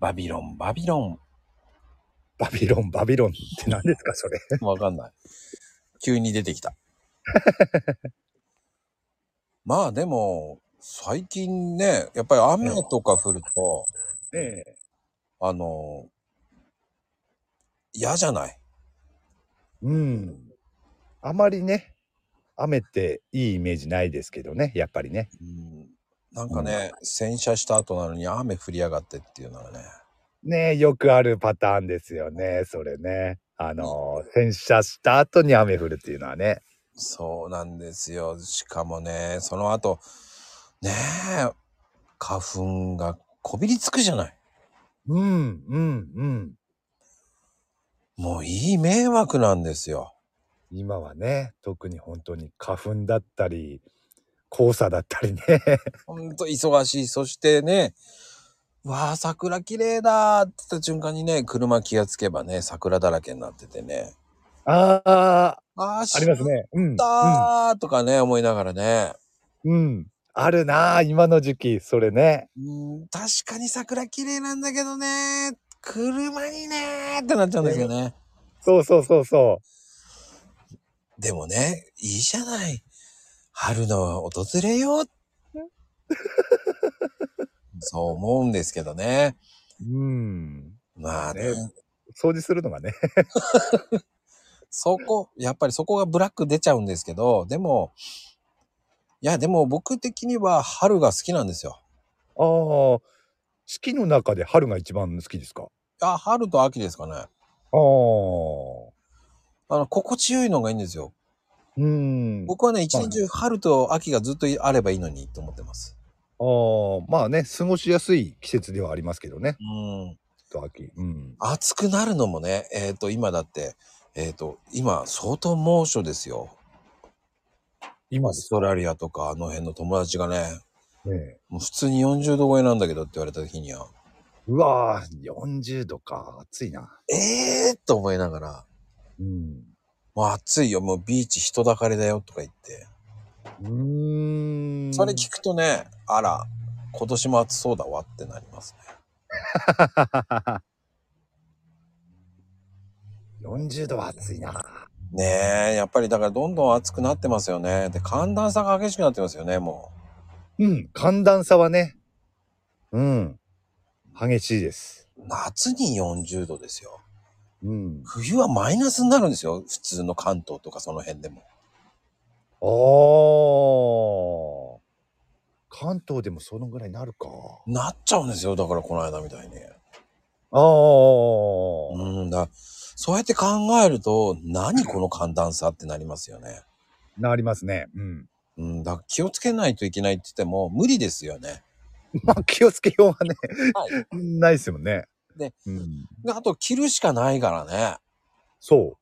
バビロン、バビロン。バビロン、バビロンって何ですか、それ。わかんない。急に出てきた。まあでも、最近ね、やっぱり雨とか降ると、ええ。あの、嫌じゃないうん。あまりね、雨っていいイメージないですけどね、やっぱりね。うんなんかね、洗車した後なのに雨降りやがってっていうのがね。ねえ、よくあるパターンですよね、それね。あの、洗車した後に雨降るっていうのはね。そうなんですよ。しかもね、その後、ねえ、花粉がこびりつくじゃない。うん、うん、うん。もういい迷惑なんですよ。今はね、特に本当に花粉だったり、黄砂だったりね。ほんと忙しい。そしてね、わあ、桜綺麗だって言った瞬間にね、車気がつけばね、桜だらけになっててね。 ああ、ああ、しありますね。うん。うんったーとかね、思いながらね。うん。あるなあ今の時期、それね。うん、確かに桜綺麗なんだけどね、車にねーってなっちゃうんですよね。そうそうそうそでもね、いいじゃない。春の訪れよう。そう思うんですけどね。う。うん。まあねね、掃除するのがね。 そこ、やっぱりそこがブラック出ちゃうんですけど、でも、いや、でも僕的には春が好きなんですよ。ああ、四季の中で春が一番好きですかあ、春と秋ですかね。ああ。あの、心地よいのがいいんですよ。うん。僕はね、一年中春と秋がずっとあればいいのにと思ってます。ああ、まあね、過ごしやすい季節ではありますけどね。うん。と秋。うん。暑くなるのもね、えっ、と、今だって、えっ、と、今、相当猛暑ですよ。今オーストラリアとかあの辺の友達がね、ね。もう普通に40度超えなんだけどって言われた時には、うわあ、40度か。暑いな。えーっと思いながら、うん。もう暑いよ、もうビーチ人だかりだよとか言って。うーん。それ聞くとね、あら、今年も暑そうだわってなりますね。 40度は暑いな。ねえ、やっぱりだからどんどん暑くなってますよね。で、寒暖差が激しくなってますよね、もうん、寒暖差はね、うん、激しいです。う。夏に40度ですよ。うん。冬はマイナスになるんですよ、普通の関東とかその辺でも。あー。関東でもそのぐらいになるか。なっちゃうんですよ、だからこの間みたいに。あー。うんだそうやって考えると何この寒暖差ってなりますよね。なりますね。うん。 うん、だ気をつけないといけないって言っても無理ですよね。まあ気をつけようがね、はい、ないですよね。で、うん、であと着るしかないからね。そう。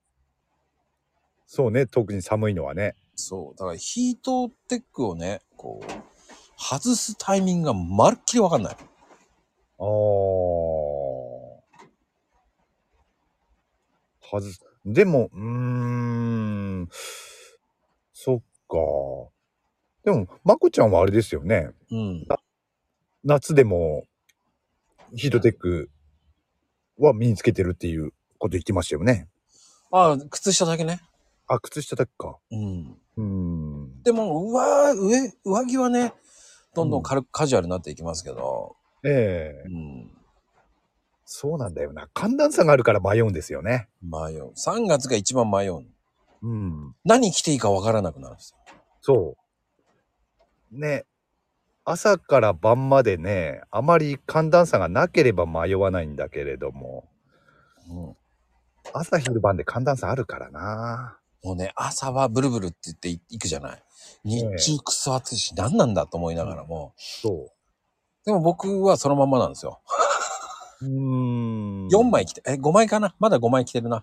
そうね、特に寒いのはね。そうだからヒートテックをねこう外すタイミングがまるっきりわかんない。あー。はず、でも、うーん、そっか。でも、まこちゃんはあれですよね。うん、夏でも、ヒートテックは身につけてるっていうこと言ってましたよね。あ靴下だけね。あ、靴下だけか。うん、うーん。でもうわ上上着はねどんどん軽くカジュアルになっていきますけど、ええうん、そうなんだよな。寒暖差があるから迷うんですよね。迷う3月が一番迷ううん。何着ていいかわからなくなるんですよそう。ね。朝から晩までね、あまり寒暖差がなければ迷わないんだけれども、も朝昼晩で寒暖差あるからな。うね、朝はブルブルって言ってい行くじゃない。日ええ中くそ暑いし、何なんだと思いながらも。そでも僕はそのまんまなんですよ。う。うーん。 4枚着て、え、5枚かなまだ5枚着てるな。あ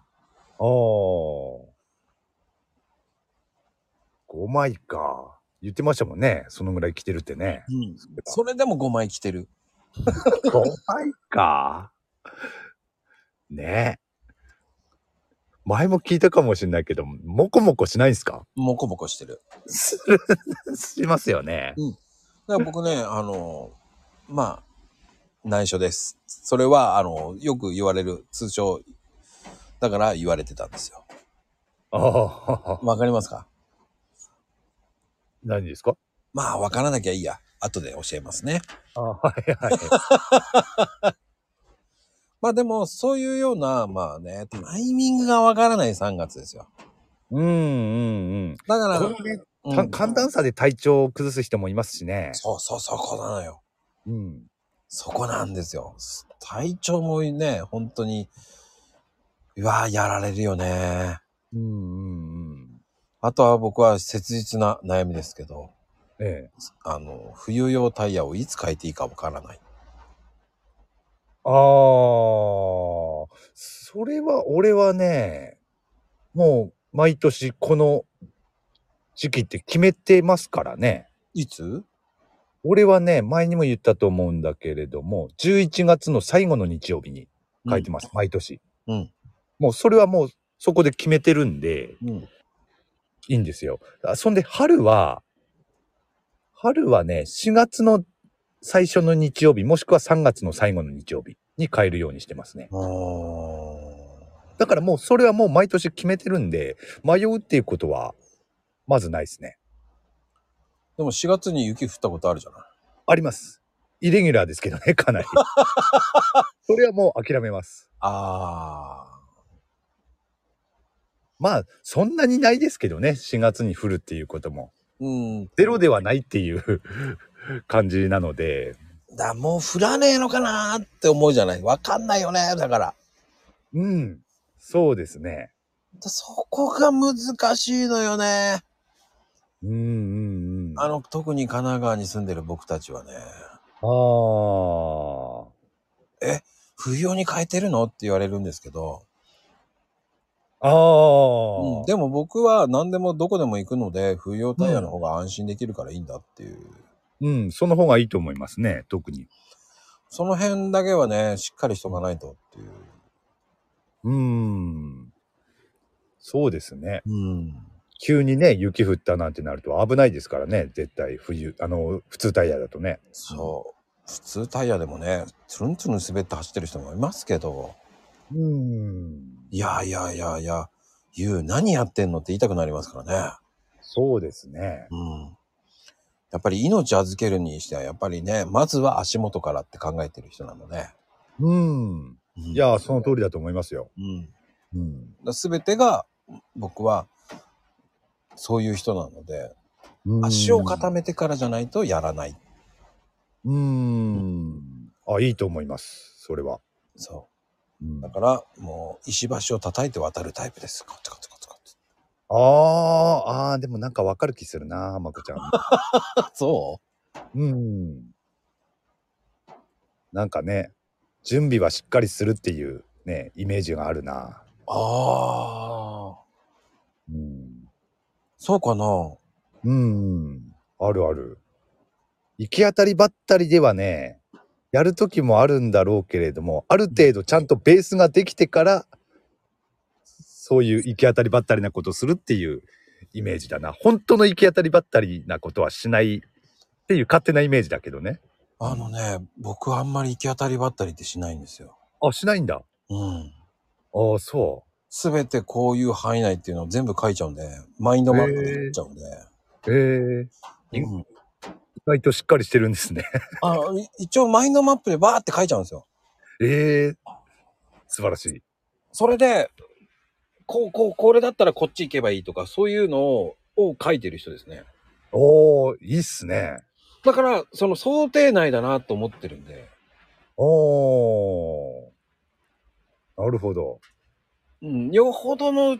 あ。5枚か。言ってましたもんね。そのぐらい着てるってね。うん。それでも5枚着てる。 5枚か。ねえ。前も聞いたかもしれないけど、もこもこしないんすかモコモコしてる。する、しますよね。 だから僕ね、あの、まあ、内緒です。それは、あの、よく言われる、通称、だから言われてたんですよ。ああ、わかりますか何ですかまあ、わからなきゃいいや。後で教えますね。あはいはい。まあでも、そういうような、まあね、タイミングがわからない3月ですよ。うんうんだから、うん。このね、うんた寒暖差で体調を崩す人もいますしね。そうそう、そこなのよ。うん。そこなんですよ。体調もね、本当に、うわーやられるよね。うんうんうん。あとは僕は切実な悩みですけど、ええ。あの、冬用タイヤをいつ変えていいかわからない。ああ、それは俺はね、もう毎年この時期って決めてますからね。いつ俺はね、前にも言ったと思うんだけれども、11月の最後の日曜日に書いてます、毎年。うん。もうそれはもうそこで決めてるんで、うん。いいんですよ。あそんで春は、春はね、4月の最初の日曜日、もしくは3月の最後の日曜日に変えるようにしてますね。おだからもうそれはもう毎年決めてるんで、迷うっていうことは、まずないですね。でも4月に雪降ったことあるじゃない。あります。イレギュラーですけどね、 かなり。それはもう諦めます。あまあ、そんなにないですけどね、4月に降るっていうことも。ー。うん。ゼロではないっていう 感じなので、だ、もう降らねえのかなーって思うじゃない。わかんないよね、だから。うん、そうですね。そこが難しいのよね。うんうんうん。あの、特に神奈川に住んでる僕たちはね、あ冬用に変えてるのって言われるんですけど、あ。ああ。うん、でも僕は何でもどこでも行くので、冬用タイヤの方が安心できるからいいんだっていう。うん、その方がいいと思いますね、特に。その辺だけはね、しっかりしとかないとっていう。うん。そうですね。うん。急にね、雪降ったなんてなると危ないですからね、絶対冬、あの、普通タイヤだとね。そう。普通タイヤでもね、ツルンツルン滑って走ってる人もいますけど、うん。いやいやいやいや、ゆう、何やってんのって言いたくなりますからね。そうですね。うん。やっぱり命預けるにしては、やっぱりね、まずは足元からって考えてる人なので。うん。うんいや、その通りだと思いますよ。うん。うん。すべてが僕はそういう人なので足を固め。めてからじゃないとやらないうん。あ、いいと思います。それは。そうんうだからもう石橋を叩いて渡るタイプですカツカツカツカツあーあー、でもなんかわかる気するな、まこちゃん。あそうん。なんかね、準備はしっかりするっていうね、イメージがあるな。うああうん。そうかなうん。あるある。行き当たりばったりではね、やる時もあるんだろうけれども、ある程度ちゃんとベースができてから、そういう行き当たりばったりなことをするっていうイメージだな。本当の行き当たりばったりなことはしないっていう勝手なイメージだけどね。あのね僕はあんまり行き当たりばったりってしないんですよあ、しないんだ。うんああ、そ全てこういう範囲内っていうのを全部書いちゃうんでマインドマップで書いちゃうんで、う。へえ。へーうん、意外としっかりしてるんですね。 あのい一応マインドマップでバーって書いちゃうんですよええ素晴らしい。それで、こう、こう、これだったらこっち行けばいいとか、そういうのをを書いてる人ですね。おお、いいっすね。だから、その想定内だなと思ってるんで、おお。なるほど。うん、よほどの、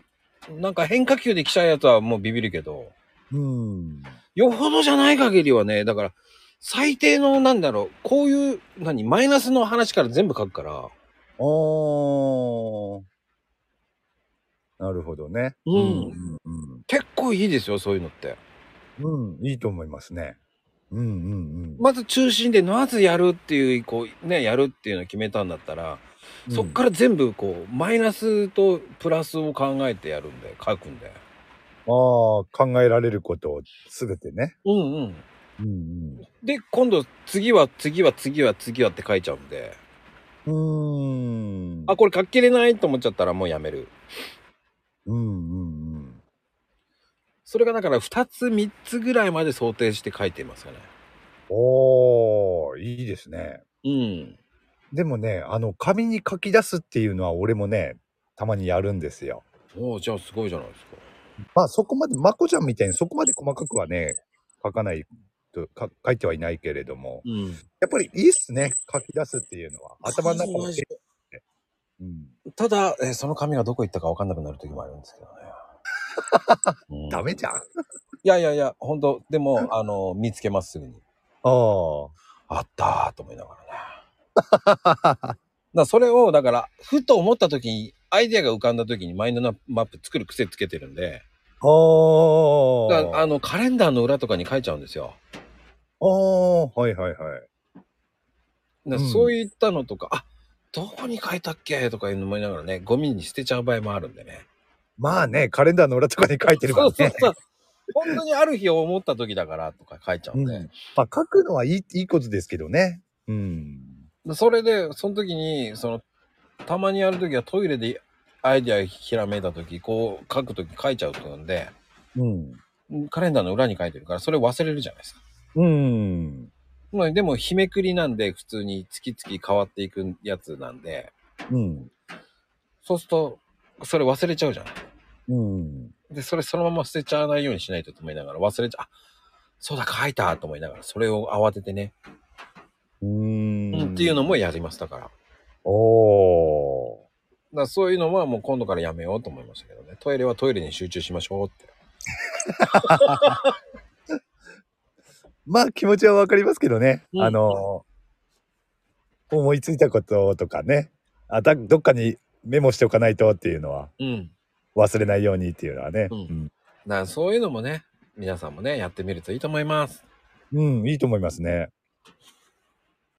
なんか変化球で来ちゃうやつはもうビビるけど、うん。よほどじゃない限りはね、だから、最低の、なんだろう、こういう、何、マイナスの話から全部書くから、おお。なるほどね。うんうんうん結構いいですよ、そういうのって。うん。うん、いいと思いますね。うんうんまず中心で、まずやるっていう、こう、ね、やるっていうのを決めたんだったら、うん。そっから全部こうマイナスとプラスを考えてやるんで書くんでうん。ああ、考えられることをすべてね。うんうんうんで、今度、次は、次は、次は、次はって書いちゃうんで、うん。うーん。あ、これ書ききれないと思っちゃったらもうやめる。うんうんうん。それがだから2つ、3つぐらいまで想定して書いていますよね。おー、いいですね。うん。でもね、あの、紙に書き出すっていうのは俺もね、たまにやるんですよ。おおじゃあすごいじゃないですか。まあそこまで、まこちゃんみたいにそこまで細かくはね、書かないと、か書いてはいないけれども、うん。やっぱりいいっすね、書き出すっていうのは。頭の中の。うん、ただ、えーその紙がどこ行ったか分かんなくなる時もあるんですけどね。うん ダメじゃん。あいやいやいや、本当で も、あの、見つけますすぐに。あ。あったーと思いながらね。だからそれを、だから、ふと思った時に、アイデアが浮かんだ時にマインドマップ作る癖つけてるんで、ああ。だからあの、カレンダーの裏とかに書いちゃうんですよ。ああ、はいはいはい。だからうんそういったのとか、あどこに書いたっけとかいうの思いながらね、ゴミに捨てちゃう場合もあるんでね。まあね、カレンダーの裏とかに書いてるからね。そうそうそう。本当にある日を思った時だからとか書いちゃうんで。うんまあ書くのはいい、いいことですけどね。うん。でそれで、その時に、その、たまにやる時はトイレでアイデアひらめいた時、こう書く時書いちゃうとなんで、うん。カレンダーの裏に書いてるから、それ忘れるじゃないですか。うん。まあでも、日めくりなんで、普通に月々変わっていくやつなんで、うん。そうすると、それ忘れちゃうじゃん。うん。で、それそのまま捨てちゃわないようにしないとと思いながら忘れちゃう。あそうだ、書いたと思いながら、それを慌ててね、うん。っていうの。もやります、だから。だかおー。らそういうのはもう今度からやめようと思いましたけどね。トイレはトイレに集中しましょうって。まあ気持ちはわかりますけどね。うんあの、思いついたこととかね。あだどっかにメモしておかないとっていうのは、うん。忘れないようにっていうのはね。ううんん。だからそういうのもね、皆さんもね、やってみるといいと思います。うん、いいと思いますね。